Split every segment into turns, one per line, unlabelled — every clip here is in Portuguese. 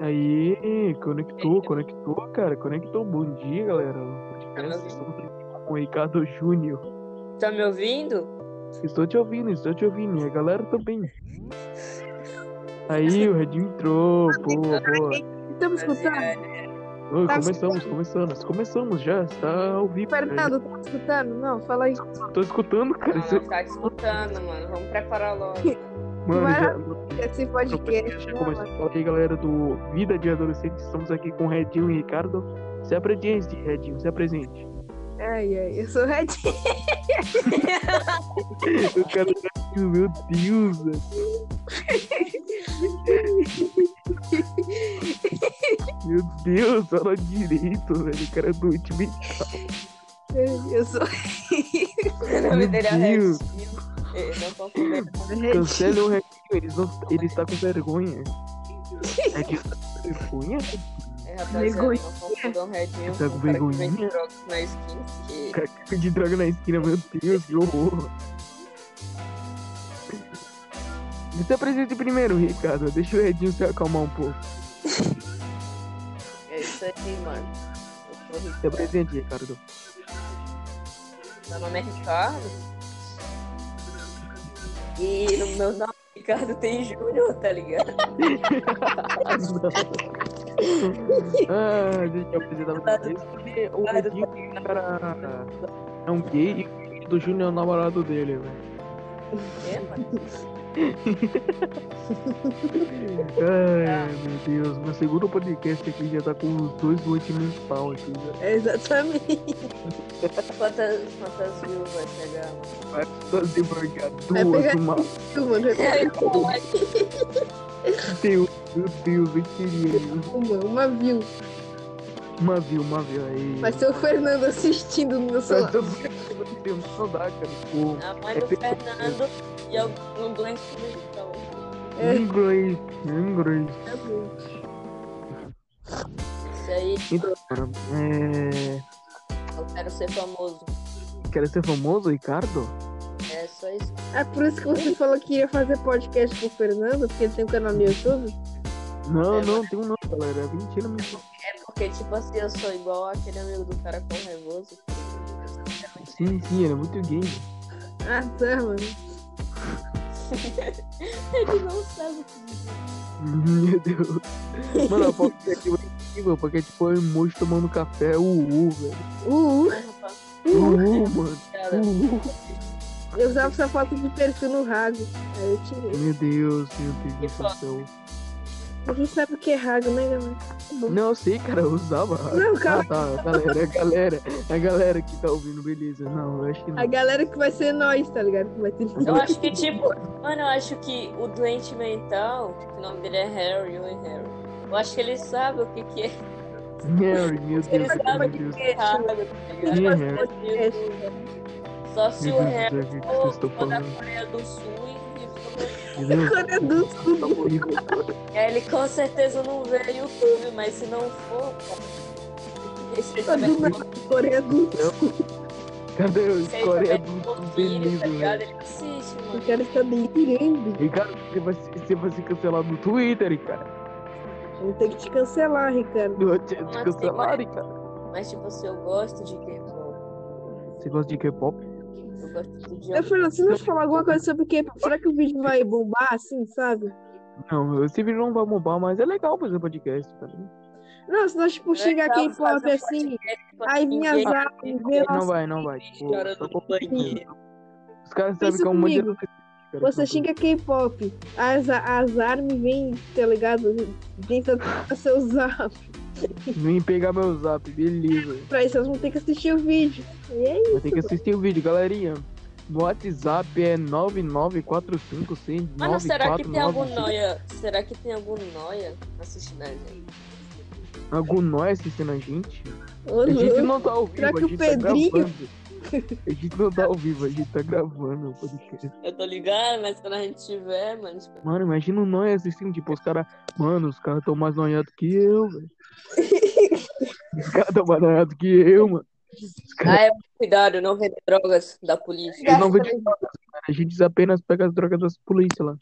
Aí, conectou, conectou, cara. Conectou. Bom dia, galera. Podcast com o Ricardo Júnior.
Tá me ouvindo?
Estou te ouvindo, estou te ouvindo. E a galera também. Aí, o Redinho entrou. Boa, boa.
Estamos
é,
escutando?
Oi, começamos, começamos. Começamos já. Está ao vivo. né?
Fernando, tá escutando? Não, fala aí.
Tô escutando, cara. Isso- é
Não, tá te escutando, mano. Vamos preparar logo.
Mano, já.
Esse
Então,
podcast.
já
né,
começou.
mano?
Fala aí, galera do Vida de Adolescente. Estamos aqui com o Redinho e Ricardo. Se apresente, Redinho, se apresente.
Ai, ai, eu sou o Redinho.
O cara tá aqui, meu Deus, velho. Meu Deus, fala direito, velho. O cara é doente mental.
Eu sou
O nome dele é
Deus.
Redinho. Eu Não tô entendendo.
o Redinho.
Cancela o Redinho, eles não, ele está com vergonha. Redinho tá com vergonha?
É, rapaziada,
Vergonha.
não confundam
Tá
Redinho com
com
o um cara que vende
vergonhinha?
drogas na skin. Que...
Cara É de droga na esquina, meu Deus, que horror. Você apresente primeiro, Ricardo. Deixa o Redinho se acalmar um pouco.
É isso aí, mano. Eu sou
Se
Ricardo.
apresente, Ricardo.
Meu nome é Ricardo. E no meu nome Ricardo tem Júnior, tá ligado?
Ah, ah deixa eu apresentar pra vocês. Porque o Redinho, cara, é um gay e o filho do Júnior é o namorado dele, velho.
É, mano.
É.
Ai, meu Deus. Meu segundo podcast aqui já tá com os dois doentes mental aqui, né? velho.
É, Exatamente.
Quantas, quantas mil vai chegar?
Vai precisar de
Vai
envergadura,
pegar-
do mal.
Mano, é
Deus, meu Deus, eu queria. isso.
uma, uma view.
Uma view, uma view aí. Tá
Vai ser o Fernando assistindo no meu celular.
Meu Deus, não dá, cara. Pô,
A mãe do Fernando e eu não doente mental.
É.
inglês, inglês.
Isso aí,
Então, cara, é...
eu quero ser famoso.
Quer ser famoso, Ricardo?
É só isso.
É por isso que você falou que ia fazer podcast com o Fernando, porque ele tem um canal no YouTube.
Não,
É,
não, tem um não, galera. É Mentira, mentira.
É porque, tipo assim, eu sou igual aquele amigo do cara com nervoso.
Sim, sim, ele é muito gay.
Ah, tá, mano.
Ele não sabe o que dizer.
Meu Deus. Mano, a foto daqui vai ser incrível, porque tipo o emoji tomando café, uhul, velho.
Uh, uh.
Mas, rapaz,
Uhul, mano.
cara,
Uhul.
eu usava essa foto de perfil no Rago. Aí eu tirei.
Meu Deus, meu Deus do céu.
Ninguém sabe o que é Rago, né, galera?
Não, eu sei, cara, eu usava.
Não,
Ah,
calma.
tá, galera, a galera, a galera que tá ouvindo, beleza. Não, eu acho que não.
A galera que vai ser nós, tá ligado? Que vai ter
Eu acho que, tipo, mano, eu acho que o doente mental, o nome dele é Harry, oi Harry. Eu acho que ele sabe o que, que é
Mary, meu Deus,
Ele
meu
sabe
Deus.
errado, tá ligado?
Quem tipo, é tipo, Uhum.
Só se o
Meu Deus
Harry
do céu, o que vocês
for
estão
for da
falando?
Coreia do Sul e- e
Meu Deus,
Quando é do
eu tô comigo.
É, ele com certeza não vê YouTube, mas se não for, cara. Esse
Tá do nada, Coreia do Sul.
Cadê o
Ele
Coreia do
também é
Sul?
fofinho, tá
Beleza,
ligado?
velho.
Ele assiste,
O
mano.
cara está delirando.
Ricardo, você vai, se- você vai ser cancelado no Twitter, Ricardo.
Vou ter que te cancelar, Ricardo.
Eu vou te, te
Mas
cancelar,
agora-
Ricardo.
Mas, tipo assim, eu gosto de K-pop.
Você gosta de K-pop?
Eu gosto de
Eu
Jungkook.
falei, se não te falar alguma coisa sobre o K-pop, será que o vídeo vai bombar assim, sabe?
Não, esse vídeo não vai bombar, mas é legal fazer podcast, cara.
Não, se nós, tipo, chegar
Legal
K-pop
fazer
assim,
Tipo,
aí vinha
ninguém-
zap, vê
Não
nossa,
vai, não vai. Tipo,
Chora
só
no
pouco-
banheiro.
Os caras sabem
Pensa
que é um monte de
comigo.
adolescente, cara,
você
que eu tô-
xinga K-pop, as, as armas vêm, tá ligado? Vem pra seu zap.
Vem pegar meu zap, beleza.
Pra isso, elas vão ter que assistir o vídeo. E é aí,
Vai ter que assistir o vídeo, galerinha. No WhatsApp é 99456
Mano, será que tem algum noia? Será que tem algum noia assistindo a gente?
Algum nós assistindo a gente?
ô
A gente
louco.
não tá ao vivo,
Uhum. Será
a
que o
gente tá
Pedrinho-
gravando. A gente não tá ao vivo, a gente tá gravando o podcast.
Eu tô ligado, mas quando a gente tiver, mano, tipo,
Mano, imagina o nós assistindo, tipo, os caras. Mano, os caras tão mais noiados que eu, velho. Os caras tão mais noiados que eu, mano.
ah, é, cuidado, não vender drogas da polícia.
Eu não vou te falar, cara. A gente apenas pega as drogas das polícias lá.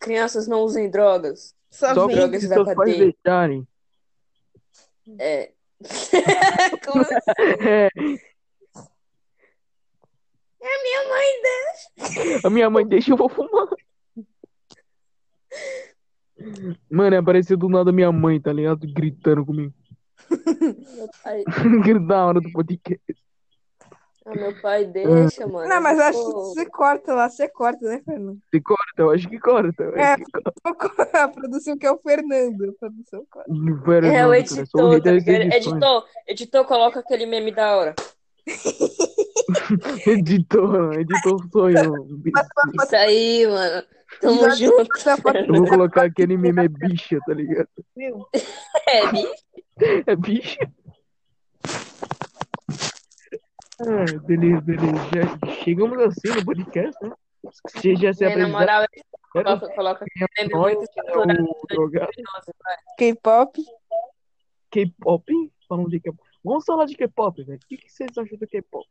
Crianças não usem drogas.
Só,
Só
vem.
droga.
porque
você
se
vai
seus
pra
pais
dentro.
deixarem.
É. Como assim?
É,
A minha mãe dela.
a minha mãe deixa eu vou fumar. Mano, apareceu do nada minha mãe, tá ligado? Gritando comigo.
Meu pai,
da hora do podcast.
ah, meu pai deixa, mano.
Não, mas eu acho que
Pô, é
você corta lá, você corta, né, Fernando?
Se corta, eu acho que corta. eu acho
É.
que
A produção que é o Fernando. A produção corta.
corta. Vera,
É
não,
o
cara, sou um o
editor,
rei
tá
das
ligado?
edições.
Editor, editor, coloca aquele meme da hora.
Editor, editor um sou eu.
Isso aí, mano. Tamo
Exato.
junto.
Essa foto
Eu vou colocar aquele meme é bicha, tá ligado?
viu?
É, bicho.
É bicha? Ah, beleza, beleza. Já chegamos assim no podcast, né? Você já se
Né, na
apresentou.
moral,
Era
coloca, coloca aquele meme
Nós,
muito estruturado.
o drogado.
K-pop.
K-pop? hein? Falando de K-pop. Vamos falar de K-pop, velho. O que, que vocês acham do K-pop?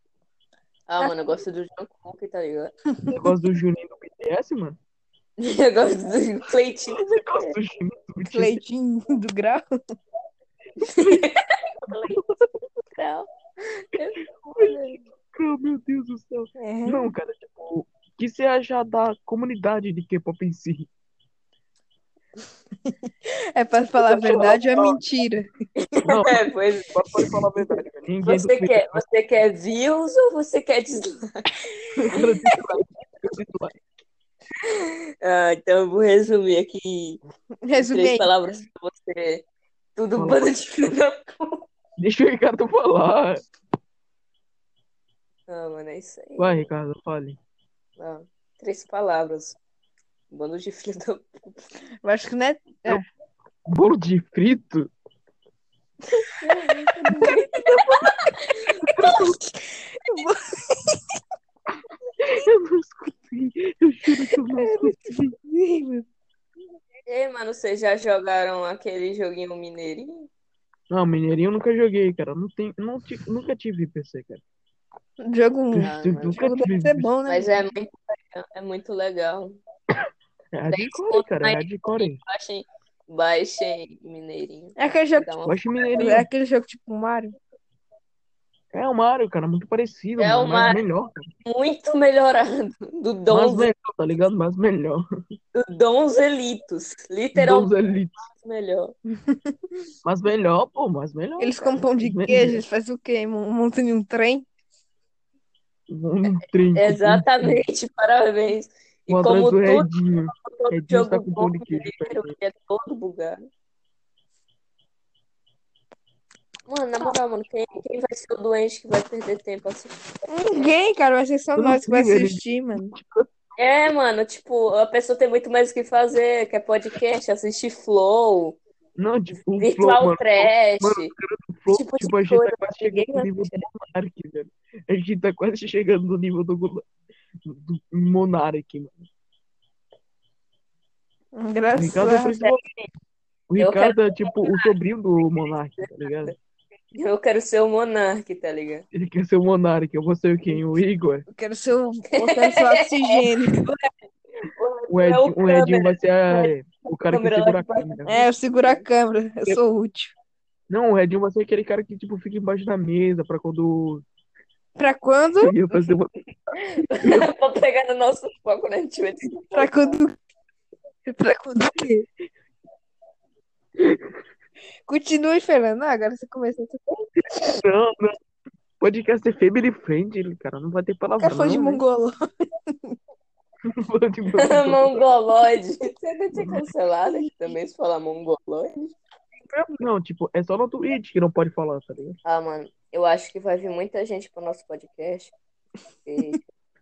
Ah, mano, eu gosto do Jungkook, tá ligado?
Você gosta do Juninho do BTS, mano?
Eu gosto do Cleitinho.
Você gosta do Juninho do BTS?
Leitinho do grau.
Não.
Cara, Meu Deus do céu.
É.
Uhum.
Não, cara, tipo, o que você acha da comunidade de K-pop em si?
É pra falar a verdade ou é mentira?
Não,
É, pois é.
só pode falar a verdade, cara. Ninguém
Você
duvida.
quer, você quer views ou você quer dislike?
Cara, dislike, cara, dislike.
Ah, então eu vou resumir aqui em três
Resumei.
palavras pra você. Tudo
Fala.
bando de filho da puta.
Deixa o Ricardo falar.
Não, mano, é isso aí.
Vai, Ricardo, fale.
Ah, três palavras. Bando de filho da
Eu acho que não é.
Bolo de frito? Eu não escutei. Eu juro que eu
É,
não escutei.
Ei, mano, vocês já jogaram aquele joguinho mineirinho?
Não, Mineirinho eu nunca joguei, cara. Não tem, não ti- nunca tive PC, cara.
Jogo
Eu-
Ah,
um.
eu
mas
nunca
Jogo
tive
deve ser bom, né?
Mas é muito legal. É muito legal.
É hardcore, cara. É hardcore. hein?
Baixem, baixem mineirinho.
É aquele jogo,
Dá uma-
Eu acho
tipo,
Mineirinho.
é aquele jogo tipo Mario.
É o Mario, cara. Muito parecido,
É
mano,
o
mas
Mario.
melhor, cara.
Muito melhorado. Do
Mas
Dons,
melhor, tá ligado? Mas melhor.
do Donzelitos. Literalmente
Donzelito.
melhor.
Mas melhor, pô, mas melhor.
Eles com pão de
Melhor.
queijo, eles fazem o quê? Mon- Montam em um trem?
Um trinco.
Exatamente, parabéns. É, E
Vou atrás
como
do
tudo,
Redinho.
todo
Edinho
jogo
está tá com
bom
pão de queijo né? pra
mineiro, ele é todo bugado. Mano, na moral, mano, quem, quem vai ser o doente que vai perder tempo assistindo?
Ninguém, cara, vai ser só
Eu não
nós que vai
sei, eles-
assistir, mano.
É, mano, tipo, a pessoa tem muito mais o que fazer, quer podcast, assistir Flow,
Não, tipo, o
virtual
Flow, mano.
trash.
mano, O Flow,
tipo,
tipo, a gente
coisa,
tá quase
mano, ninguém
chegando no nível do Monark, velho. A gente tá quase chegando no nível do, Gula- do Monark, mano. O Ricardo é
Engraçado.
principalmente. O
Eu
Ricardo é tipo o sobrinho do Monark, tá ligado?
Eu quero ser o Monark, tá ligado?
Ele quer ser o Monark, eu vou ser o quem? O Igor?
Eu quero ser o, eu quero ser o oxigênio.
O,
É
Ed,
o
o Edinho
câmera.
vai ser a- o cara que
Câmera lá
segura a
de baixo.
câmera.
É, eu seguro a câmera, eu sou útil.
Não, o Edinho vai ser aquele cara que tipo, fica embaixo da mesa pra quando.
Pra quando?
ia fazer uma-
Vou pegar no nosso foco, né? A gente vai
Pra quando? Pra quando o quê? Continue, Fernando. Ah, agora você começou. Você
Não, não. Podcast é family friendly, cara. Não vai ter palavrão.
É
nunca foi de
né?
mongolo.
Não foi de mongol.
Mongoloide. Você vai ser cancelado aqui também se falar mongoloide.
Não, tipo, é só no Twitch que não pode falar, tá ligado?
Ah, mano, eu acho que vai vir muita gente pro nosso podcast. E,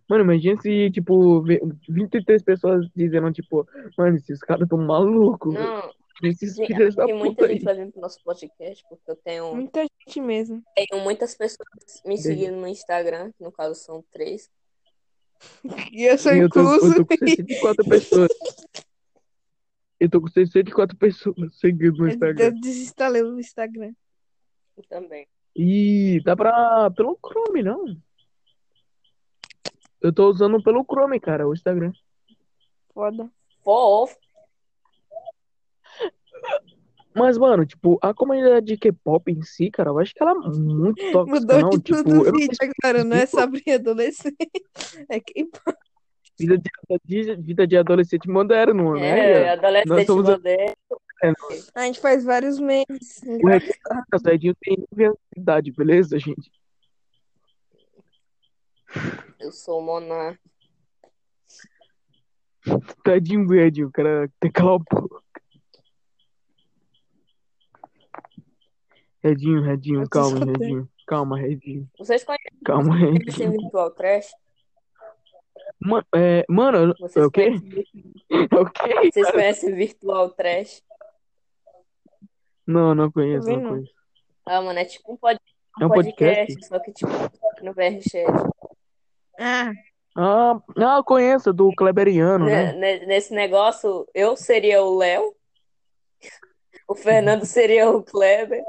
Mano, imagina se, tipo, vê- 23 pessoas dizendo, tipo, mano, esses caras tão malucos, velho.
não,
Esses
gente,
filhos da
tem muita
puta aí.
gente vai vir pro nosso podcast, porque eu tenho,
Muita gente mesmo.
tenho muitas pessoas me
Entendi.
seguindo no Instagram, que no caso são três.
E eu sou
Eu tô,
incluso.
eu tô com 64 pessoas. Eu tô com 64 pessoas seguindo no
Eu
Instagram.
desinstalei o Instagram.
Também.
Ih, dá pra. pelo Chrome, não? Eu tô usando pelo Chrome, cara, o Instagram.
Foda.
Fof.
Mas, mano, tipo, a comunidade de K-pop em si, cara, eu acho que ela é muito tóxica,
Mudou
não.
de
Tipo,
tudo o
eu não
vídeo agora, não é
explico.
sobre adolescente. É que tipo,
Vida de, vida de adolescente moderno, mano.
É,
É,
adolescente
Nós somos-
moderno.
a gente faz vários memes.
o Zedinho tá tem nove anos de idade, beleza, gente?
Eu sou o Monar.
Tadinho do Edinho, Tá o cara tem aquela boca. Redinho, Redinho,
Eu tô
calma,
escutando.
Redinho. Calma, Redinho.
Vocês conhecem
Calma, Redinho.
esse virtual crash?
Mano, é, mano, é
Vocês
o quê?
conhecem,
É o quê?
vocês conhecem virtual trash?
Não, não conheço,
Também
não
não.
conheço.
Ah, mano, é tipo um, pod-
É um podcast?
só que tipo no VRChat.
Ah,
Ah, ah, eu conheço, do Kleberiano, né?
Ne- ne- Nesse negócio, eu seria o Léo, o Fernando seria o Kleber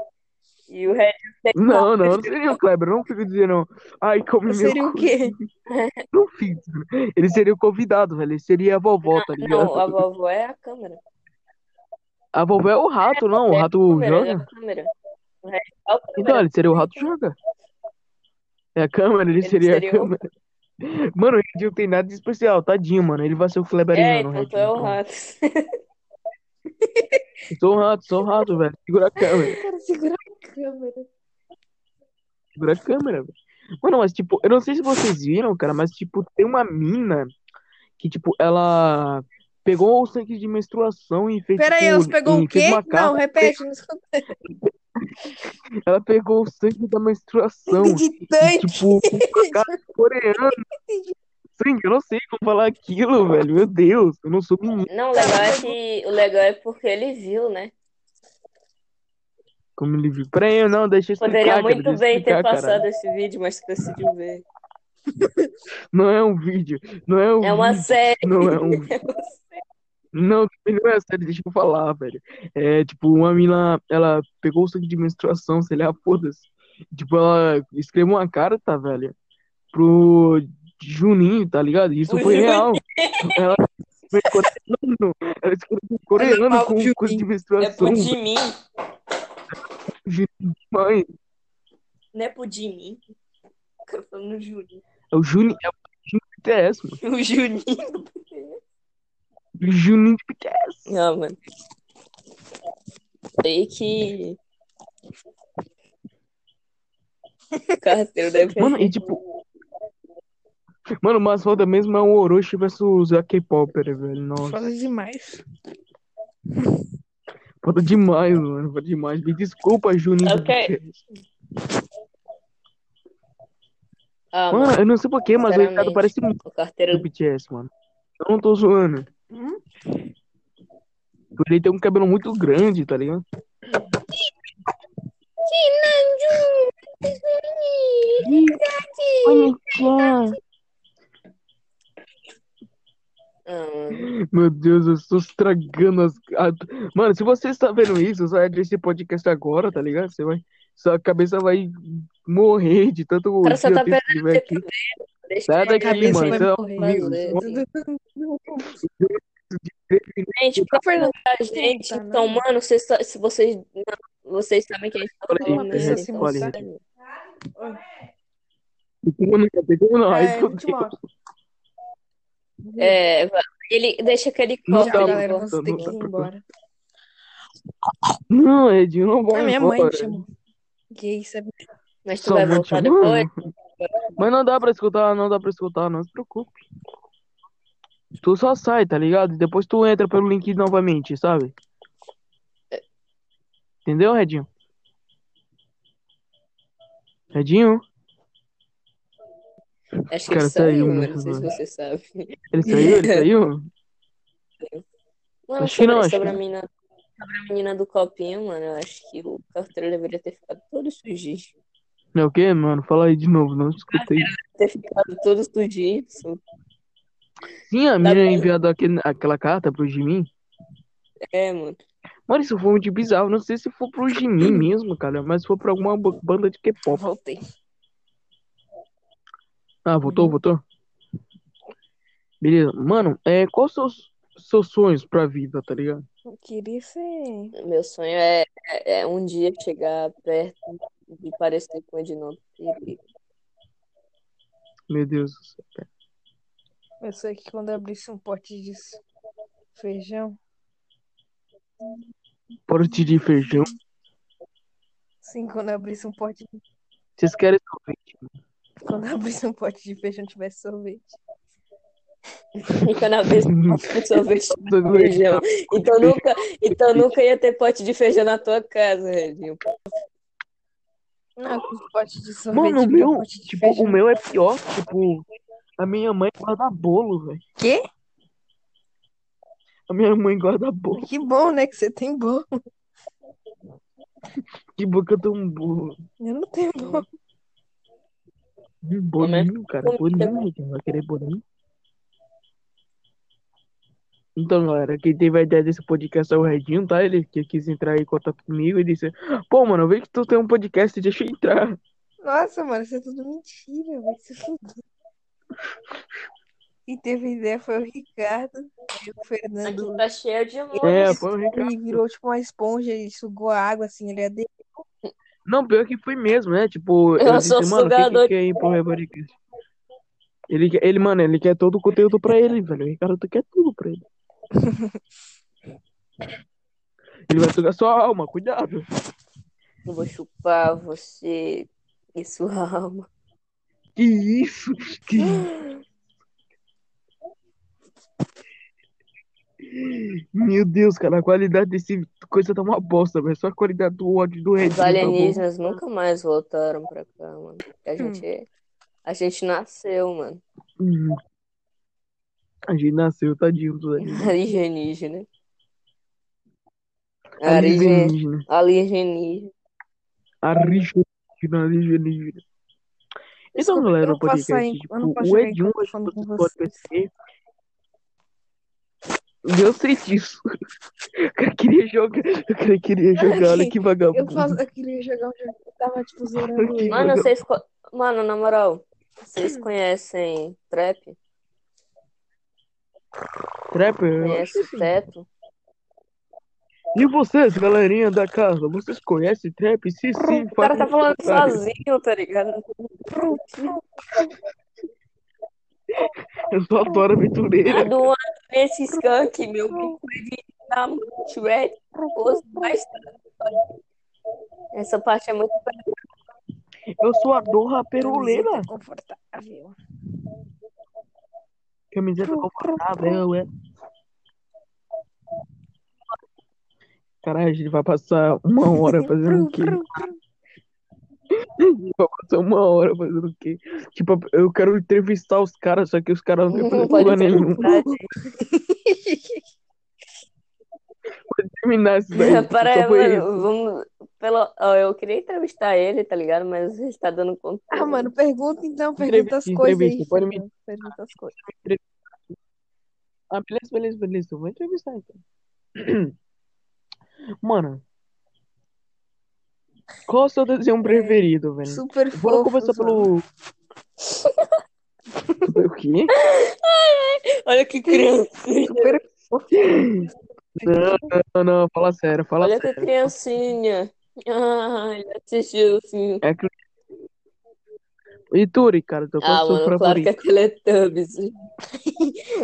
e o Red
Não, não, não seria o Kleber, não fico dizendo. Ai, como meu
eu seria o quê?
não fiz. Ele seria o convidado, velho. Ele seria a vovó, tá ligado?
Não, a vovó é a câmera.
A vovó é o rato, não. O
É a
rato
câmera, é
joga.
a câmera. O Red é o câmera.
Então, ele seria o rato joga. É a câmera, ele
Ele
seria a
seria o-
câmera. Mano, o Redinho tem nada de especial, tadinho, mano. Ele vai ser o
É,
Kleberiano,
então tu
Redinho.
é o
calma.
rato.
Sou o rato, sou o rato, velho. Segura a câmera.
Cara, segura a
Tipo,
câmera.
Segura a câmera, velho. Mano, mas tipo, eu não sei se vocês viram, cara, mas tipo, tem uma mina que, tipo, ela pegou o sangue de menstruação e fez.
Peraí,
tipo,
elas pegou
e
o
fez
quê?
uma
Não,
carta.
repete, não escutei.
Ela pegou o sangue da menstruação. E,
Digitante.
tipo, uma carta coreana. Sangue, eu não sei como falar aquilo, velho. Meu Deus, eu não sou menino.
Não, o legal é que o legal é porque ele viu, né?
Como ele viu. Peraí, eu não, deixa eu explicar,
Poderia
cara,
muito
deixa eu
bem ter
explicar, cara.
passado esse vídeo, mas tu decidiu ver.
Não é um vídeo. Não é um
É uma
vídeo.
série.
Não é um Não, não é sério, deixa eu falar, velho. É, tipo, uma mina, ela pegou o sangue de menstruação, sei lá, foda-se. Tipo, ela escreveu uma carta, velho, pro Juninho, tá ligado? Isso
O
foi
Juninho.
real. Ela escreveu em coreano, ela escreveu em coreano
Mas é
com
pro
coisa de
Não é pro
menstruação,
Jimin.
mãe.
Não é pro Jimin. Eu tô falando Juninho.
É o Juninho, é o Juninho do BTS, mano.
O Juninho.
O Juninho do BTS.
Não, mano. Sei que. Carteiro deve
Mano, e tipo... Mano, mas foda mesmo é o Orochi versus a K-Popper, velho. Nossa.
Fala demais.
Foda demais, mano. Foda demais. Me desculpa, Juninho.
Sabe o que é? Ah, mano,
Mano, eu não sei porquê, mas o Ricardo
Sinceramente.
parece muito
o
do
carteiro.
BTS, mano. Eu não tô zoando.
Hum?
Ele tem um cabelo muito grande, tá ligado?
Ah, mano.
Meu Deus, eu estou estragando as. a- Mano, se você está vendo isso, sai desse podcast agora, tá ligado? Você vai. Sua cabeça vai morrer de tanto
O cara só tá
gigantesco que tiver aqui.
Deixa
Sai
ele.
daqui,
Cabeça
mano.
vai
Você é
morrer.
horrível.
Gente, por
Fernando,
a gente.
tá, né?
Então, mano, vocês, sa- se vocês, mano, vocês sabem que a gente tá
Olha aí,
falando, né?
deixa eu se
Olha aí.
mostrar.
Como não, como não, aí
É,
tudo
eu te
bem.
mostro.
É, va- ele deixa né, que ele
Não
corta.
tá,
Tchau,
ele
galera,
não
corta.
tá,
você tem
não
que
tá
ir
pra-
embora.
Não, Edinho, não
A
vai
É minha mãe né? me
embora.
chamou. Que isso, é
Mas tu
Sua
vai
mãe te
voltar
ama?
depois?
Mas não dá pra escutar, não dá pra escutar, não se preocupe. Tu só sai, tá ligado? E Depois tu entra pelo link novamente, sabe?
É.
Entendeu, Redinho? Redinho?
Acho que ele
Cara,
saiu,
saiu,
mano.
mano.
Não sei se vocês sabem.
Ele saiu, ele saiu?
Mano,
Acho que
sobre,
não, acho
sobre
que-
a menina, sobre a menina do copinho, mano, eu acho que o carteiro deveria ter ficado todo sujinho.
É o quê, mano? Fala aí de novo, não escutei.
Ter ficado todo sujinho. assim. su-
Sim,
Tá
a menina
bom.
enviado aquele, aquela carta pro Jimin.
É, mano.
Mano, isso foi muito bizarro. Não sei se foi pro Jimin mesmo, cara, mas foi pra alguma ba- banda de K-pop.
Voltei.
Ah, voltou, voltou? Beleza. Mano, é, quais são os seus sonhos pra vida, tá ligado?
Eu queria ser.
Meu sonho é, é, é um dia chegar perto de parecer com o Edinaldo Pereira.
Meu Deus do céu.
Eu sei que quando eu abrisse um pote de s- feijão,
Porte de feijão.
sim, quando eu abrisse um pote,
Vocês querem sorvete?
quando eu abrisse um pote de feijão tivesse sorvete.
Então, na vez do sorvete de
Sorvete.
feijão. Então nunca, então nunca ia ter pote de feijão na tua casa, Redinho.
Ah, com pote de sorvete.
Mano, o
com
meu,
pote de
tipo,
feijão.
o meu é pior, tipo, a minha mãe guarda bolo, velho.
Quê?
A minha mãe guarda bolo.
Que bom, né? Que você tem bom.
Que boca tão boa.
Eu não tenho bom.
Hum, Bolinho, cara,
Como que é?
bolinho, quem vai querer bolinho? Então, galera, quem teve a ideia desse podcast é o Redinho, tá? Ele que quis entrar em contato comigo e disse: Pô, mano, eu vi que tu tem um podcast, deixa eu entrar.
Nossa, mano, isso é tudo mentira. Vai se fuder. Quem teve a ideia foi o Ricardo. Aí o
Aqui
Fernando
tá cheio de amor.
É, foi o Ricardo.
ele virou tipo uma esponja e sugou a água assim. Ele é de...
Não, pior que foi mesmo, né? Tipo,
Eu
eu
sou
disse, mano, quem que
sugador
quer ir pro Revaricast? Ele, quer- ele, mano, ele quer todo o conteúdo pra ele, velho. O Ricardo quer tudo pra ele. Ele vai sugar sua alma, cuidado.
Eu vou chupar você e sua alma.
Que isso? Que Meu Deus, cara, a qualidade desse coisa tá uma bosta, velho. Só a qualidade do ódio do Red tá
Os alienígenas nunca mais voltaram pra cá, mano. A gente, é- a gente nasceu, mano.
Hum. A gente nasceu, tadinho do alienígena.
Alienígena. Alienígena.
Alienígena.
Alienígena.
Alienígena, alienígena. Então,
Desculpa, é eu
galera,
não
o
posso
podcast,
sair,
tipo,
eu não posso
o
chegar em
Ed 1
casa falando com
pode
vocês.
perceber. Eu sei disso. O cara queria jogar. O cara queria jogar, olha que vagabundo.
Eu, faço, eu queria jogar um jogo. Eu tava tipo
Eu
zerando.
queria-
ele.
Mano, vocês. co- Mano, na moral, vocês conhecem trap?
Trap, eu acho
Conhece
que sim.
teto?
E vocês, galerinha da casa, vocês conhecem trap? Se sim,
O cara tá
fala-
falando
fala.
sozinho, tá ligado?
Eu só adoro
A
aventureira.
Duan, nesse skunk, meu bico tá muito Shred, posto mais Essa parte é muito.
Eu sou a Dora Peroleira.
Camiseta é confortável.
Camiseta confortável, é. Caralho, a gente vai passar uma hora
é
fazendo o quê? Vai passar uma hora fazendo o quê? Tipo, eu quero entrevistar os caras, só que os caras não têm
Não
porra
pode tá. ter
nenhuma.
vontade.
Terminar isso daí.
Para
Só Então foi isso.
mano, vamos. Pelo... ó, eu queria entrevistar ele, tá ligado? Mas ele tá dando conta.
Ah, mano, pergunta então,
Entrevista,
pergunta as coisas aí.
entrevista, pode me-
Fernando, Pergunta as coisas.
Ah, beleza, beleza, beleza. Eu vou entrevistar então. Mano. Qual é o seu desenho preferido, velho?
Super
Vamos
fofo.
começar pelo. Tipo, o quê?
Olha que criancinha.
Super fofo.
Não, não, não, fala sério, fala
Olha que
sério.
criancinha. Ah, ele assistiu assim.
É que... E Turi, cara, teu
Ah,
qual o seu
mano, claro que
favorito?
é Teletubbies.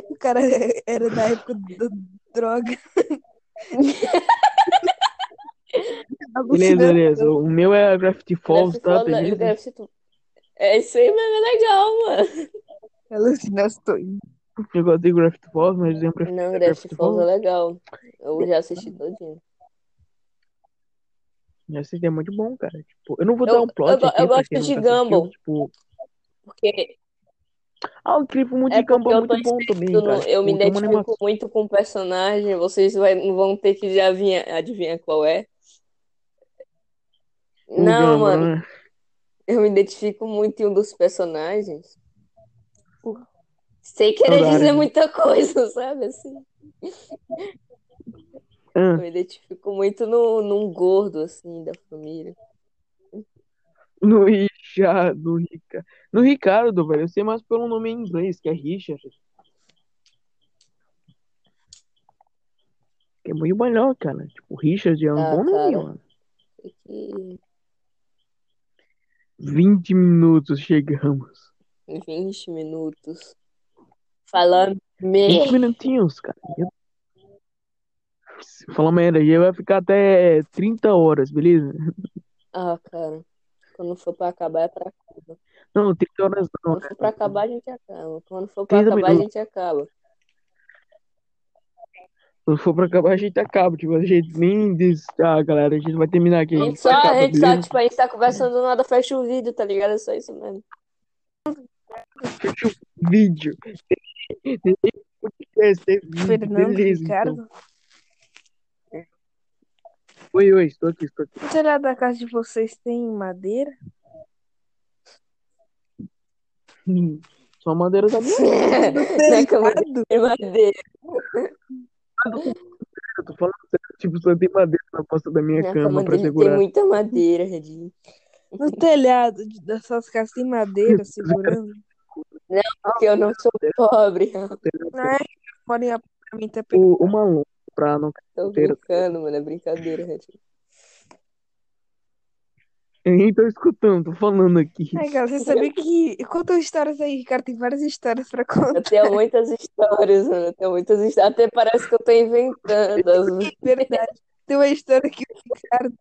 O cara era da época da droga.
Beleza, beleza. O meu é Graffiti Falls,
Deve
tá?
falar- eu
Beleza?
quero que tu- É isso aí, mas é legal, mano.
Alucinações.
Eu gosto de Graffiti Falls, mas eu prefiro
Não,
Gravity
Gravity Falls é
Falls.
legal. Eu já assisti todinho.
Esse é muito bom, cara. Tipo, eu não vou
Eu-
dar um plot
eu go-
aqui
eu
pra
gosto
quem
de
nunca assistiu,
Gumball.
tipo...
Porque
Ah, o clipe muito
é
de Gumball
porque
é
eu
muito
tô
bom também,
inscrito no-
cara.
eu me
Tipo, tem uma
identifico muito com o personagem, vocês vai- não vão ter que já vinha- adivinhar qual é.
O
Não,
Gumball,
mano,
né?
eu me identifico muito em um dos personagens. Sem querer
Saudade.
dizer muita coisa, sabe? Assim, eu
Ah,
me identifico muito no, num gordo, assim, da família.
no Richard, no Rica... No Ricardo, velho. Eu sei mais pelo nome em inglês, que é Richard. Que é É muito melhor, cara. Tipo, Richard é um
Ah,
bom nome,
cara.
mano.
Fiquei
20 minutos chegamos.
20 minutos falando
20
merda.
minutinhos, cara. Eu... Se falar merda, aí vai ficar até 30 horas, beleza?
Ah, cara. Quando for pra acabar, é pra acabar.
Não, 30 horas não. né?
Quando for pra acabar, a gente acaba. Quando for pra
30
acabar, a
minutos.
gente acaba.
Quando for pra acabar, a gente acaba. Tipo, a gente nem diz. Ah, galera, a gente vai terminar aqui.
A
A
gente
gente
só,
acaba,
a gente só,
beleza?
tipo, a gente tá conversando do nada, fecha o vídeo, tá ligado? É só isso mesmo.
Fecha o vídeo. Podcast, é vídeo,
Fernando,
beleza, então.
Ricardo.
Oi, oi, estou aqui, estou aqui.
Será da casa de vocês tem madeira?
Só madeira da minha
Na cama de madeira.
Eu tô falando sério, tipo, só tem madeira na posta da minha
Na
cama
cama
pra
dele tem
segurar.
muita madeira, Redinho.
No telhado de- das suas casas tem madeira segurando?
Porque eu não sou pobre.
Não é que podem apartamento é
O, o maluco, pra não
Tô
Inteiro.
brincando, mano. É brincadeira, Redinho.
Eu nem tô escutando, tô falando aqui.
Ai, cara, você sabia que. Conta histórias aí, Ricardo. Tem várias histórias pra
Eu
contar.
tenho muitas histórias, mano. Eu tenho muitas histórias. Até parece que eu tô inventando. as-
É Verdade. Tem uma história que o Ricardo.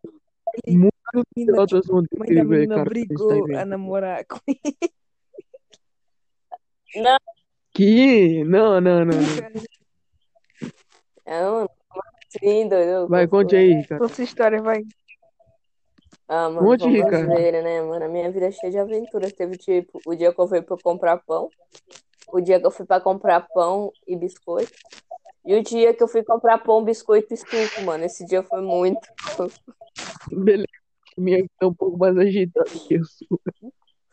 Ele,
Muito
a menina,
Ela trouxe um
a mãe da
incrível aí,
menina
cara, no
brigou
Instagram.
a namorar com ele.
Que? Não, não, não. não.
cara.
Ah, mano. como assim, doido?
Vai,
Qual
conte
foi?
aí, cara.
Conta sua história, vai.
Ah, mano,
Conte,
vamos
Ricardo.
ver, né, mano? A minha vida é cheia de aventuras. Teve, tipo, o dia que eu fui pra comprar pão, o dia que eu fui pra comprar pão e biscoito, e o dia que eu fui comprar pão, biscoito e suco, mano. Esse dia foi muito.
Beleza. Minha vida é um pouco mais agitada que eu sou.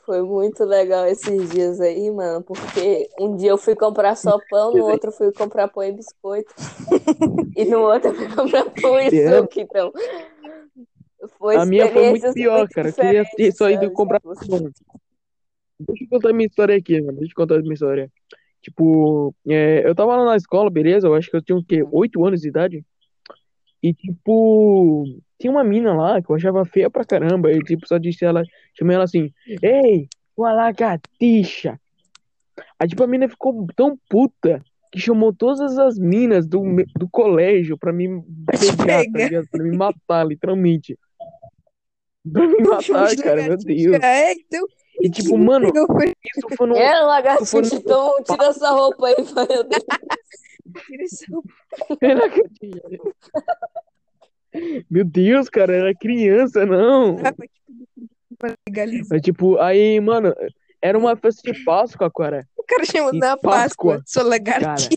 Foi muito legal esses dias aí, mano, porque um dia eu fui comprar só pão, no outro eu fui comprar pão e biscoito. E no outro eu fui comprar pão e
Te amo.
suco, então. Foi
A minha foi muito
experiências
pior,
muito
cara. Eu queria ter só ido
diferentes,
comprar
sabe?
pão. Deixa eu contar minha história aqui, mano. Deixa eu contar minha história. Tipo, é, eu tava lá na escola, beleza? Eu acho que eu tinha o quê? Oito anos de idade. E, tipo, tinha uma mina lá que eu achava feia pra caramba. E, tipo, só disse ela, chamei ela assim: Ei, uma lagartixa. Aí, tipo, a mina ficou tão puta que chamou todas as minas do, me- do colégio pra me pegar, tá
pegar.
ligado? Pra me matar, literalmente. Pra me matar, cara, meu Deus.
É, então.
E, tipo, mano,
Eu fui
isso foi no.
É,
Foi no-
lagartixa, então tira essa roupa aí, meu Deus.
direção.
né? Meu Deus, cara, era criança, não.
pra legalizar.
Aí, tipo, aí, mano, era uma festa de Páscoa, cara.
O cara chamou
E
na
Páscoa.
Páscoa. Sou lagartixa.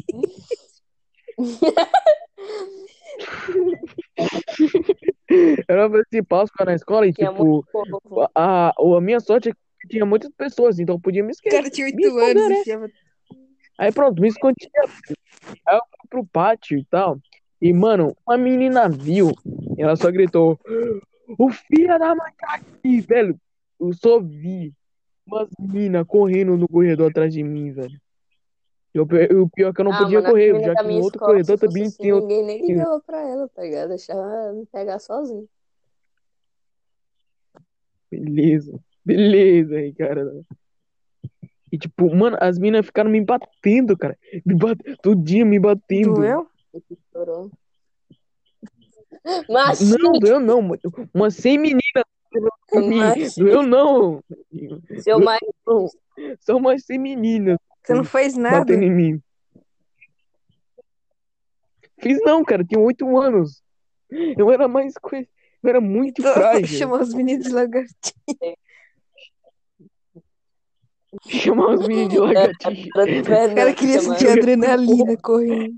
Era uma festa de Páscoa na escola e,
Que é
tipo,
Pô,
a, a minha sorte é que tinha muitas pessoas, então eu podia me
O
esquecer.
cara tinha
Me
oito
esconderam,
anos.
né?
enfiava-
Aí pronto, me escondi. Aí eu fui pro pátio e tal. E, mano, uma menina viu. E ela só gritou: O filho da macaca aqui, velho. Eu só vi umas minas correndo no corredor atrás de mim, velho. E o pi- e o pior é que eu não
Ah,
podia
mano, a
correr,
menina
já
da
que no
minha
outro
escola,
corredor
se fosse
também
assim,
tem outro.
ninguém nem ligava pra ela, tá ligado? Deixava ela me pegar sozinha. assim.
Beleza, beleza aí, cara. E tipo, mano, as minas ficaram me batendo, cara. Me bate... Todo dia me batendo.
Doeu?
Chorou. Mas,
Não, doeu não. mano. Umas 100 meninas.
Mas-
Doeu não.
seu mais um.
Não, são umas 100 meninas
Você não fez nada?
batendo em mim. Fiz não, cara. Tinha 8 anos. Eu era mais coisa. Eu era muito
Então,
frágil.
Chamou os meninos de lagartixa.
Chamar os
É.
meninos de lagartixa. É,
O cara queria sentir adrenalina correndo.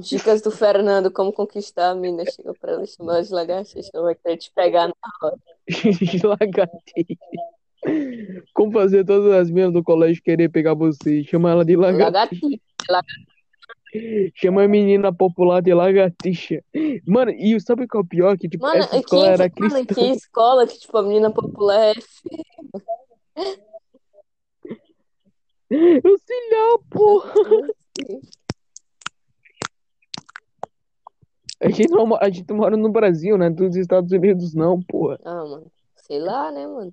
Dicas do Fernando, como conquistar a mina. Chega pra ela e chama ela de lagartixa, ela vai querer te pegar. né?
de lagartixa. Como fazer todas as minas do colégio querer pegar você? Chama ela de lagartixa.
Lagartixa.
Chama a menina popular de lagartixa. Mano, e sabe o que é o pior? Que tipo,
Mano,
essa
que,
escola era
mano,
cristã.
que escola que, tipo, a menina popular é
Eu sei lá, porra. A gente, não, mo- a gente mora no Brasil, né? Dos Estados Unidos, não, porra.
Ah, mano. Sei lá, né, mano?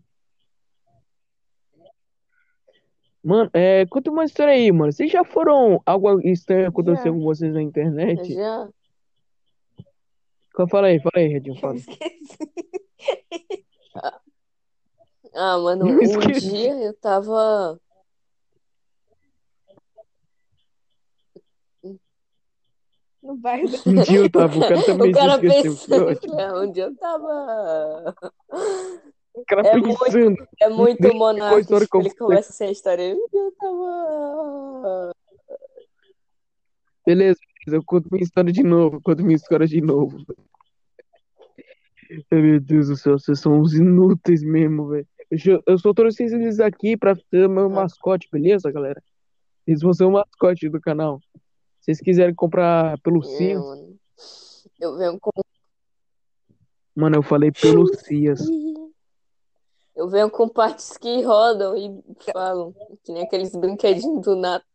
Mano, é, conta uma história aí, mano. Vocês já foram. Algo estranho aconteceu
Já.
com vocês na
Eu
internet?
já.
Fala aí, fala aí, Redinho. Fala.
Ah, mano,
Eu
um
esqueci.
dia eu tava.
No bairro da...
Um dia eu tava, o cara também
o cara
se esqueceu. que
pensando.
ótimo.
É, um dia eu tava.
O cara
É muito-
pensando.
É muito
Deixa
monarca
a história
ele
completa.
começa sem a história. Um dia eu tava.
Beleza, beleza, eu conto minha história de novo, eu conto minha história de novo. Ai, Meu Deus do céu, vocês são uns inúteis mesmo, velho. Eu ju- Eu só trouxe eles aqui pra ser meu mascote, beleza, galera? Eles vão ser o mascote do canal. Se vocês quiserem comprar
É,
pelucinhas,
mano. Eu venho com.
mano, eu falei pelucias.
Eu venho com partes que rodam e falam. Que nem aqueles brinquedinhos do Natal.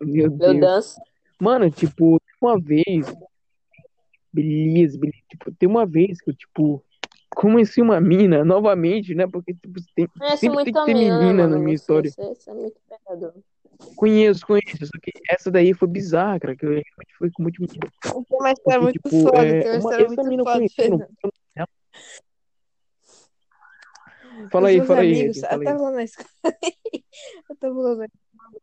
Meu
Eu
Deus.
danço.
Mano, tipo, uma vez. Beleza, beleza. Tipo, tem uma vez que eu, tipo, conheci uma mina novamente, né? Porque, tipo, tem,
Conhece
Sempre
é assim muito
tem
a
que ter
menina,
menina na
mano,
minha
você-
história.
Você, você é muito pegador.
Conheço, conheço. Só que essa daí foi bizarra, cara. Que eu realmente fui com muito medo.
Tem uma
Porque,
história muito
tipo,
foda,
é,
tem uma
uma-
história
essa
muito
mina eu
foda,
conheci, não-
Fernando.
Fala
Os
aí,
meus
fala aí,
amigos,
Edinho, fala
eu
aí.
tava lá na escola. Eu tava lá na escola.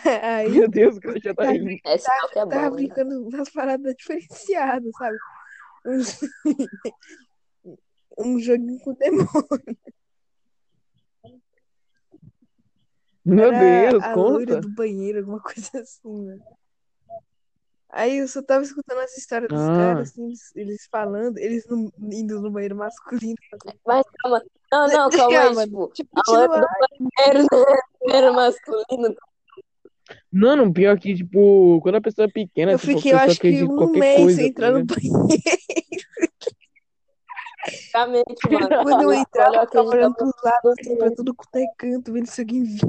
Aí
Meu Deus, o cara já tá
Tá
rindo.
Essa é o que é
tava
bom, né?
Tá brincando umas paradas diferenciadas, sabe? Um- Um joguinho com demônio.
Meu
Era
Deus,
a
conta.
loira do banheiro, alguma coisa assim, né? Aí eu só tava escutando as histórias dos
Ah.
caras, assim, eles- eles falando, eles no- indo no banheiro masculino.
Mas calma. Não, não, calma aí,
Calma,
tipo,
Tipo,
Ah,
a loira
continua.
do banheiro não é banheiro masculino.
Não, não, pior que, tipo, quando a pessoa é pequena,
Eu
tipo, a
fiquei, eu
pessoa
acho que
acredita em
um
qualquer
mês
coisa,
sem
tá
entrar no
ligado?
banheiro.
Basicamente, mano.
Quando eu
Na
entrava,
escola
eu ficava olhando
acreditava
pro lado,
no
assim, pra tudo quanto é canto, vendo se alguém vinha.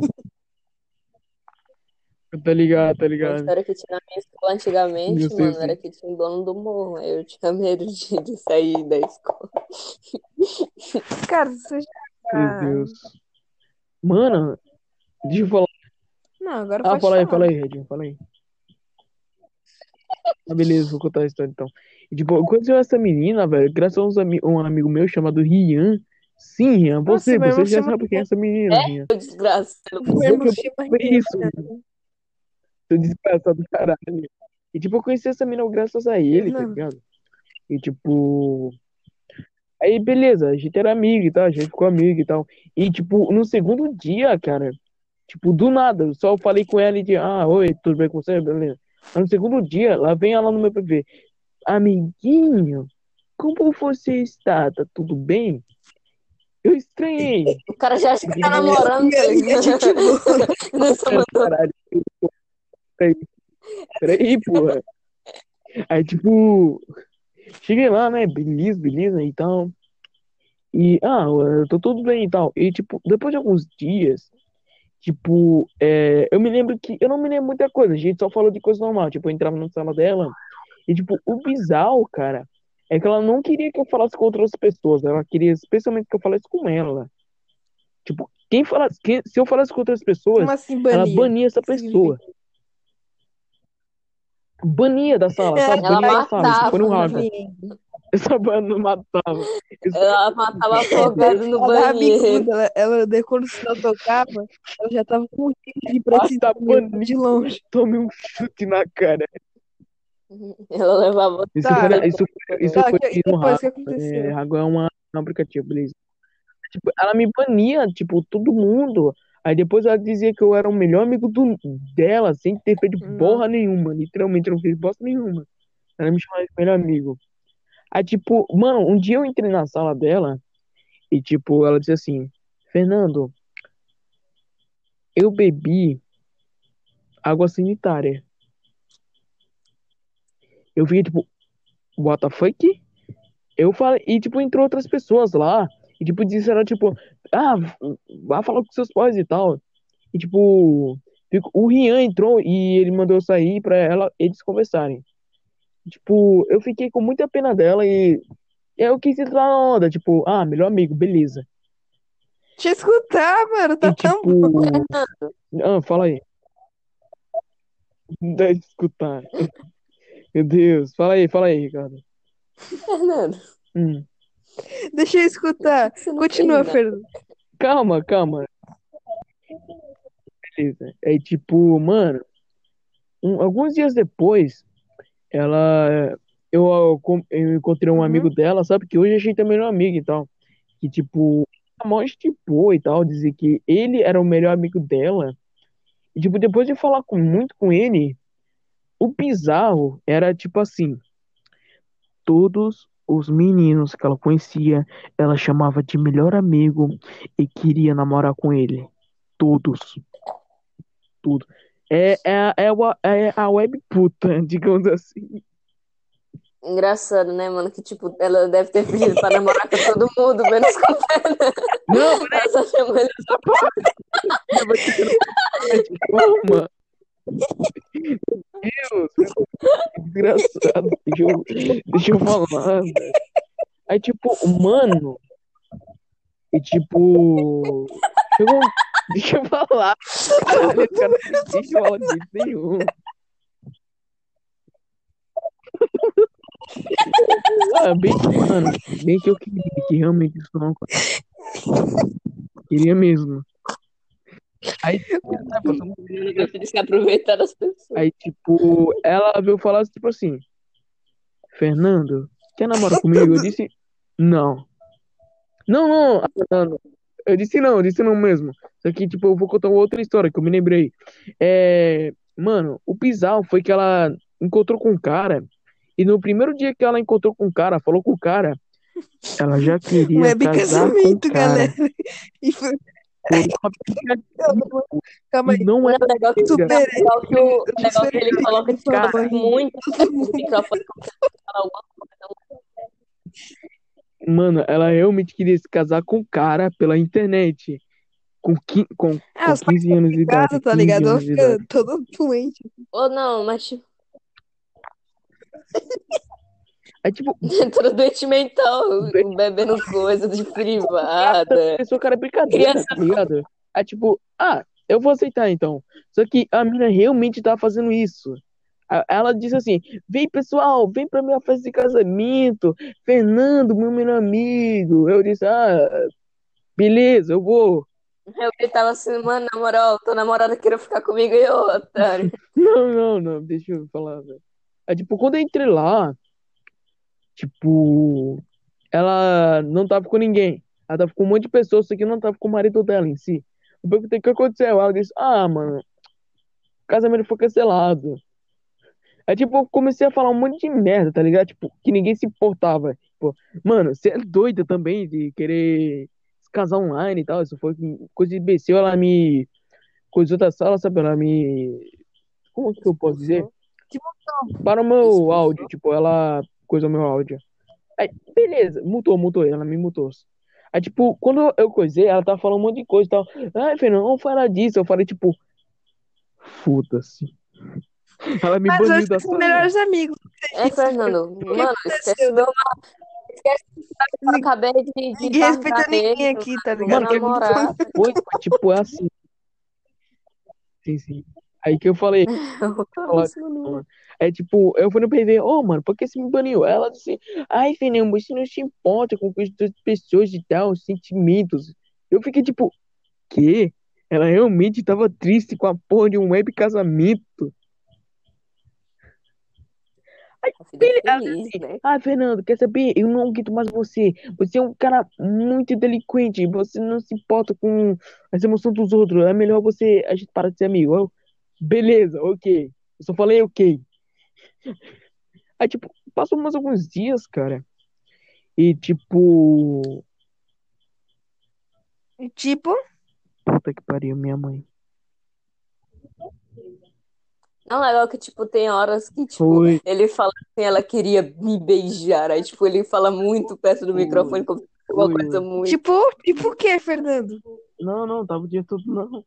Tá ligado, tá
A
ligado.
história que tinha na minha escola antigamente,
Eu sei, eu
mano,
sei.
era que tinha um dono do morro. Aí eu tinha medo de, de sair da escola.
Cara, você
Meu
já.
Deus. Mano, deixa eu falar.
Não, agora
Ah,
pode
fala aí,
falar.
fala aí, Redinho, fala aí. Ah, beleza, vou contar a história então. E, tipo, eu conheci essa menina, velho, graças a uns ami- um amigo meu chamado Rian. Sim, Rian,
Nossa,
você,
meu
você
irmão
já
chama
sabe quem é essa menina, Rian.
Ô, desgraçado.
Meu irmão chama
Foi
Rihanna.
isso, seu desgraçado do caralho. E, tipo, eu conheci essa menina graças a ele, tá
Não.
ligado? E, tipo. Aí, beleza, a gente era amigo e tal, a gente ficou amigo e tal. E, tipo, no segundo dia, cara, tipo, do nada, eu só falei com ela e de, ah, oi, tudo bem com você? Beleza. Aí, no segundo dia, lá vem ela no meu PV. Amiguinho, como você está? Tá tudo bem? Eu estranhei.
O cara já acha que tá
Não,
namorando, tá ligado? Não sou
Caralho. Peraí. Peraí, porra. Aí, tipo, cheguei lá, né? Beleza, beleza e tal. E, ah, eu tô tudo bem e tal. E, tipo, depois de alguns dias, tipo, é, eu me lembro que. Eu não me lembro muita coisa, a gente só falou de coisa normal. Tipo, eu entrava na sala dela. E, tipo, o bizarro, cara, é que ela não queria que eu falasse com outras pessoas. Ela queria especialmente que eu falasse com ela. Tipo, quem falasse, quem- se eu falasse com outras pessoas,
Como assim,
ela
banir?
bania essa pessoa. Bania da sala,
É,
sabe?
ela
Bania da sala. Isso
matava.
foi no rabo. Essa banda matava. Isso
Ela matava afogado no
Ela tava
banheiro.
bicuda, ela, ela, daí quando o sinal tocava, ela já tava com o de pra
Ah,
se
tá
dormir de
bonito.
longe.
Tomei um chute na cara.
Ela levava.
Isso
Tá.
foi, na- isso, foi- isso
Tá,
foi
que- e
no
depois o que
Rago.
aconteceu?
É, Rago é uma, um aplicativo, beleza. Tipo, ela me bania, tipo, todo mundo. Aí depois ela dizia que eu era o melhor amigo do, dela, sem ter feito
Nossa.
porra nenhuma. Literalmente, eu não fiz bosta nenhuma. Ela me chamava de melhor amigo. Aí, tipo, mano, um dia eu entrei na sala dela e, tipo, ela disse assim: Fernando, eu bebi água sanitária. Eu fiquei tipo, what the fuck? Eu falei, e tipo, entrou outras pessoas lá, e tipo, disseram, tipo, ah, vá falar com seus pais e tal. E tipo, Ficou- O Rian entrou e ele mandou eu sair pra ela, eles conversarem. Tipo, eu fiquei com muita pena dela e eu quis entrar na onda. Tipo, ah, melhor amigo, beleza.
Deixa eu escutar, mano. Tá
E
tão
tipo. Ah, fala aí. Não dá de escutar. Meu Deus. Fala aí, fala aí, Ricardo.
Fernando.
Hum.
Deixa eu escutar.
você não
Continua,
termina?
Fernando.
Calma, calma. Beleza. É tipo, mano, um- alguns dias depois, ela. Eu, eu com- eu encontrei um
Uhum.
amigo dela, sabe? Que hoje achei também meu amigo e tal. Que, tipo, a mó estipou e tal, dizer que ele era o melhor amigo dela. E, tipo, depois de falar com, muito com ele, o bizarro era tipo assim: todos os meninos que ela conhecia, ela chamava de melhor amigo e queria namorar com ele. Todos. Tudo. É, é, é, a- é a web puta, digamos assim.
Engraçado, né, mano? Que tipo, ela deve ter pedido pra namorar com todo mundo, menos com o Fernando.
Não,
Ela só chamou ele.
Eu vou te Calma. Meu Deus, né? desgraçado. Deixa eu, deixa eu falar. velho. Aí, tipo, mano. E tipo. Chegou, deixa eu falar. Caralho, esse cara não tem deixa eu falar de jeito nenhum. Ah, bem que, mano, bem que eu queria que realmente isso não acontecesse. Queria mesmo. Aí, tá passando
Eles se aproveitaram das pessoas.
Aí, tipo, ela veio falar, tipo assim, Fernando, quer namorar comigo? Eu disse, não. Não, não, ah, não, não. Eu disse não, eu disse não mesmo. Só que, tipo, eu vou contar uma outra história que eu me lembrei. É, mano, o bizarro foi que ela encontrou com um cara, e no primeiro dia que ela encontrou com o cara, falou com o cara, ela já queria
Web
casar com o
é casamento,
cara.
galera. E foi-
Por um aplicativo,
Calma aí.
e não
Não,
era
o legal que, o
Super-
legal que, o, o legal que ele
Super-
coloca tipo,
Cara.
muito no microfone como se ele falar alguma
Mano, ela realmente queria se casar com um cara pela internet. Com, qui- com,
Ah,
com
os pais
15 anos de idade.
casa, tá
15
ligado? Ela
anos de idade.
fica toda doente.
Ou não, mas tipo,
Aí, tipo,
todo doente mental, bebendo coisa de privada.
pensou que era brincadeira,
É. Criança.
tá ligado? Aí, tipo, ah, eu vou aceitar então. Só que a mina realmente tava fazendo isso. A- Ela disse assim: vem pessoal, vem pra minha festa de casamento. Fernando, meu melhor amigo. Eu disse: ah, beleza, eu vou.
Eu gritava assim, mano, na moral, tua namorada queria ficar comigo e eu, otário.
Não, não, não, deixa eu falar, velho. É tipo, quando eu entrei lá, tipo, ela não tava com ninguém. Ela tava com um monte de pessoas, só que não tava com o marido dela em si. Eu perguntei o que aconteceu. Ela disse, ah, mano, o casamento foi cancelado. Aí, tipo, eu comecei a falar um monte de merda, tá ligado? Tipo, que ninguém se importava. Tipo, mano, você é doida também de querer se casar online e tal. Isso foi coisa de imbecil. Ela me coisou da sala, sabe? Ela me. Como que eu posso dizer? Para o meu áudio, tipo, ela coisou meu áudio. Aí, beleza, mutou, mutou, ela me mutou. Aí, tipo, quando eu coisei, ela tava falando um monte de coisa e tal. Ai, Fernando, não fala disso. Eu falei, tipo, foda-se. Ela me
Mas
baniu
hoje
da
são
sala.
melhores amigos.
É, Fernando, mano, esquece
aconteceu?
meu mal. Esquece que eu acabei de, de
Ninguém
pagar
respeita ninguém
mesmo,
aqui, tá
meu
ligado?
Mano, que é muito
namorado.
Foi, foi, tipo, é assim. Sim, sim. Aí que eu falei, é tipo, eu fui no PV, ô, mano, por que você me baniu? Ela disse, ai, Fernando, você não se importa com coisas das pessoas e tal, sentimentos. Eu fiquei tipo, quê? Ela realmente tava triste com a porra de um web casamento.
Eu fiquei
ela
é feliz,
assim,
né?
Ah, Fernando, quer saber? Eu não aguento mais você. Você é um cara muito delinquente. Você não se importa com as emoções dos outros. É melhor você a gente parar de ser amigo. Eu, beleza, ok. Eu só falei ok. Aí, tipo, passou mais alguns dias, cara. E, tipo.
E, tipo,
Puta que pariu, minha mãe.
Não, legal que, tipo, tem horas que, tipo,
Foi.
ele fala assim, ela queria me beijar. Aí, tipo, ele fala muito perto do microfone, como se fosse uma
Ui.
coisa muito.
tipo, tipo o que, Fernando?
Não, não, tava o dia todo, não.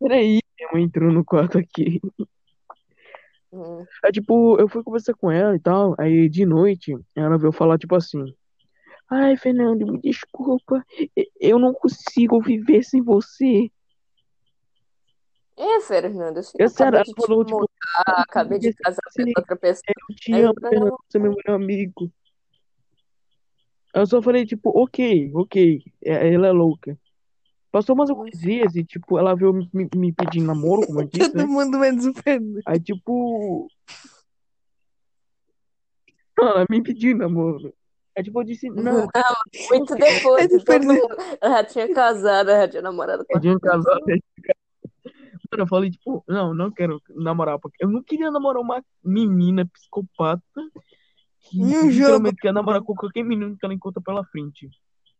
Peraí, minha mãe entrou no quarto aqui.
Hum.
Aí, tipo, eu fui conversar com ela e tal. Aí, de noite, ela veio falar, tipo assim: Ai, Fernando, me desculpa. e- Eu não consigo viver sem você.
É, Fernando, eu, sei que
É sério, ela
acabei de te
falou, tipo,
mudar, acabei de
desse-
casar com outra pessoa.
eu te
Aí eu
amo,
falei,
Fernando, você é meu melhor amigo. Eu só falei, tipo, ok, ok. é- Ela é louca. Passou mais alguns dias e, tipo, ela veio me, me- me pedir namoro, como eu disse, né?
Todo mundo menos o Fernando.
Aí, tipo. Não, ela me pediu namoro. Aí, tipo, eu disse, não,
Muito depois,
Ele
de todo
perdeu.
mundo. Ela já tinha casado, ela já tinha namorado com
é de um casal. né? Mano, eu falei, tipo, não, não quero namorar, porque eu não queria namorar uma menina psicopata que
Em um jogo.
literalmente quer namorar com qualquer menino que ela encontra pela frente.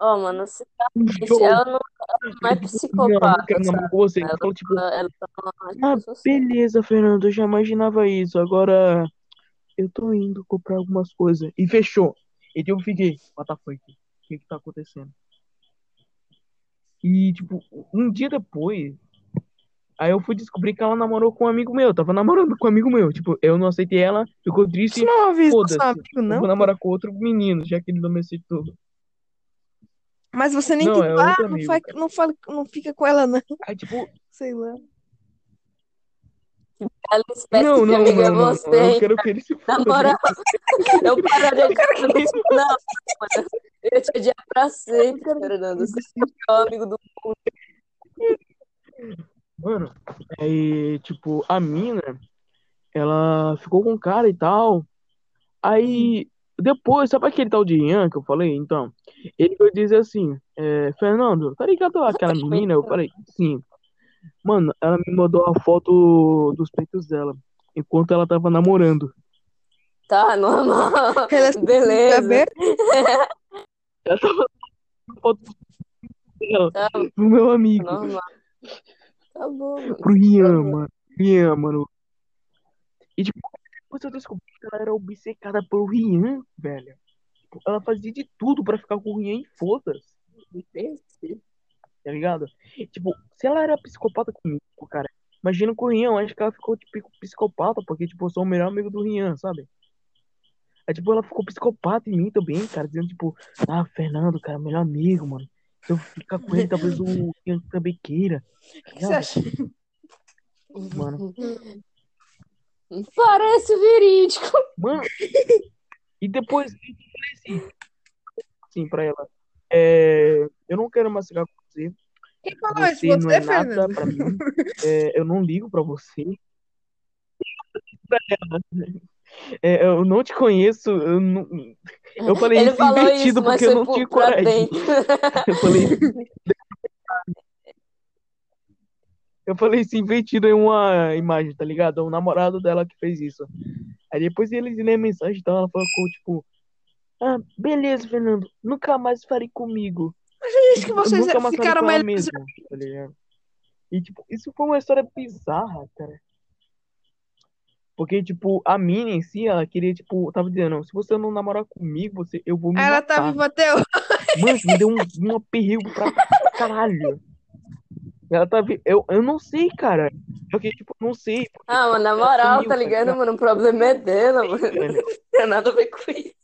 Ó, mano, se tá
Um
triste,
jogo,
ela não, não é
tipo, não, não
psicopata,
quero
sabe?
namorar com você.
Ela,
Eu falo, tipo,
ela tá uma
ah,
pessoa séria.
beleza, Fernando, eu já imaginava isso. Agora eu tô indo comprar algumas coisas. E fechou. E eu fiquei, what the fuck? O que que tá acontecendo? E, tipo, um dia depois, aí eu fui descobrir que ela namorou com um amigo meu. Tava namorando com um amigo meu. Tipo, eu não aceitei ela, ficou triste.
Isso não é um aviso pro seu
Foda-se.
amigo,
Eu
não?
vou namorar com outro menino, já que ele não me aceitou.
Mas você nem
Não,
quis.
é
Ah,
outro
não,
amigo,
fa-
cara.
não, fala, não fica com ela, não.
Aí, tipo,
Sei lá.
Ela espécie
não,
de
não,
amiga
não, não,
você,
Eu
hein?
tá
quero que ele se
Na
foda.
moral, eu pararia de falar isso. Não, mano, eu te odiar pra sempre, Fernando. Você é o melhor amigo do
Mano, aí, tipo, a mina, ela ficou com o cara e tal. Aí, depois, sabe aquele tal de Ian que eu falei? Então, ele foi dizer assim, é, Fernando, tá ligado aquela menina? Eu falei, sim. Mano, ela me mandou a foto dos peitos dela, enquanto ela tava namorando.
Tá, normal.
Relacionamento
Beleza.
aberto?
Ela tava mandando a foto dos peitos dela,
Tá,
pro meu amigo,
normal. Tá bom, mano.
pro Ian, mano. Ian, mano. E, tipo, depois eu descobri que ela era obcecada pelo Ian, velho. Tipo, Ela fazia de tudo pra ficar com o Ian e foda-se. tá ligado? E, tipo, se ela era psicopata comigo, cara, imagina com o Rian, eu acho que ela ficou, tipo, psicopata, porque, tipo, eu sou o melhor amigo do Rian, sabe? Aí, tipo, ela ficou psicopata em mim também, cara, dizendo, tipo, ah, Fernando, cara, melhor amigo, mano. Se eu ficar com ele, talvez o Rian também queira.
O que você acha?
Mano,
Parece verídico.
mano. E depois, eu falei assim, assim pra ela, é, eu não quero mais ficar com você,
Quem falou isso?
você não
Você,
é nada
Fernando?
pra mim, é, eu não ligo pra você. É, eu não te conheço, eu não... Eu falei
Ele
isso
falou
invertido
isso, mas
porque eu
foi
não
por-
tinha
pra
coragem.
dentro.
Eu falei, eu falei isso invertido em uma imagem, tá ligado? É o namorado dela que fez isso. Aí depois eles lêem a mensagem, então ela falou, tipo, ah, beleza, Fernando, nunca mais farei comigo.
Acho é que vocês
Nunca mais farei
ficaram
com ela
melhores.
mesmo, tá ligado? E, tipo, isso foi uma história bizarra, cara. Porque, tipo, a mina em si, ela queria, tipo, tava dizendo, se você não namorar comigo, você, eu vou me
Ela tá
matar.
viva até hoje.
Mano, me deu um, um aperrego pra caralho. Ela tá vi... eu, eu não sei, cara. Porque, tipo, eu não sei. porque
Ah, mano, na
ela
moral,
sumiu,
tá ligado, mano? O problema é dela, mano.
Velho,
Não tem nada a ver com isso.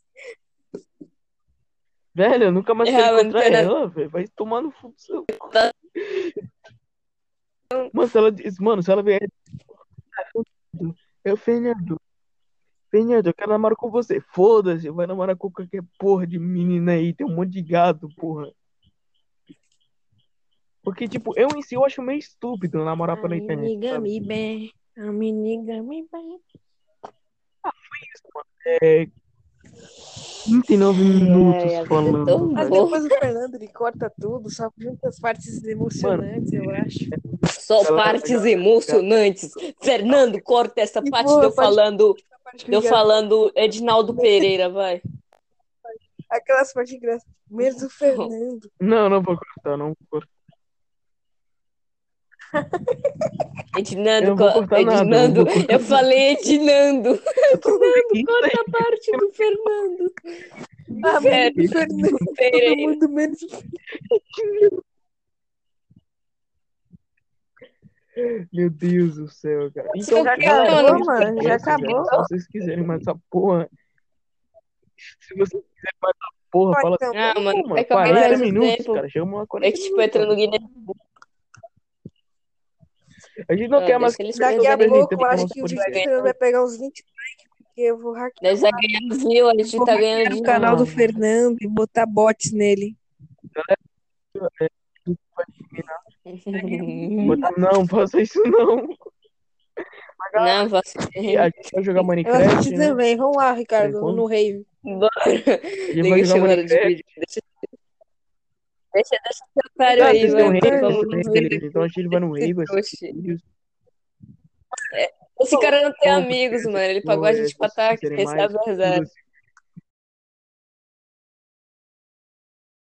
Velho, eu nunca mais
É, Tá.
quero
mano,
encontrar
pera-
ela, velho. Vai tomar no fundo do seu cu. Mano, se ela diz, mano, se ela vier. Eu, Fernando. Fernando, eu quero namorar com você. Foda-se, vai namorar com qualquer porra de menina aí. Tem um monte de gado, porra. Porque, tipo, eu em si eu acho meio estúpido namorar pela internet. tá sabe?
bem. A menina me bem.
29 minutos
Ai, a vida é
falando.
tão
velho.
Mas
boa.
depois o Fernando ele corta tudo, só junta as partes emocionantes, eu acho.
Só
Ela- tá
partes emocionantes. Fernando, corta essa
Que
parte
boa,
de eu
pode-
falando,
A parte
de eu
engraçada,
falando Edinaldo Pereira, vai.
Aquelas partes engraçadas. Menos o Fernando.
Não, não vou cortar, não vou cortar. Eu
Edinaldo,
não vou
co-
cortar nada,
Edinaldo.
eu não vou cortar
eu falei Edinaldo.
Eu tô
Edinaldo,
vendo
corta a parte do Fernando.
Ah, menos
Fernando
o Fernando. Todo
Pereira.
mundo menos o
isso aí. Meu Deus do céu, cara. Então,
Sim, já
galera,
acabou,
isso
mano,
é
já
isso, velho.
acabou.
Se vocês quiserem mais essa porra. Se vocês quiserem mais essa porra, fala assim.
Então,
"Pô,
Ah, mano, é
mano,
vai acabar
40
mais o
minutos,
tempo.
cara. Chama uma
É
40
que, tipo, entra no Guinness.
A gente não
Ah,
quer mais.
deixa eles
daqui
eu
a
tô perdendo
pouco
tempo
eu
com
acho
nosso
que o
podcast.
Instagram vai pegar uns 20 likes, porque eu vou hackear
Nós já ganhamos mil, a gente
Vou
tá ganhando
o
dinheiro.
canal do
mano.
Fernando e botar bots nele.
Botar- Não, faça isso não.
Não, você.
E A gente vai jogar
Eu assisti
Minecraft, né?
também. Vamos lá, Ricardo,
Como?
no rave.
A gente vai
Ninguém
jogar
chamou de
Minecraft.
vídeo. Deixa, deixa, deixa seu otário
Ah,
aí,
vocês têm um
vai.
rave,
Vamos
vocês têm um
ver.
rave. Então acho que ele vai no rave, vai assistir
Oxi.
vídeos.
Esse cara não tem
Bom,
amigos, mano. Ele pagou
Então,
a
é,
gente
se
pra
é, vocês
estar tá aqui,
quiserem mais,
recebe a
tudo
risada.
assim.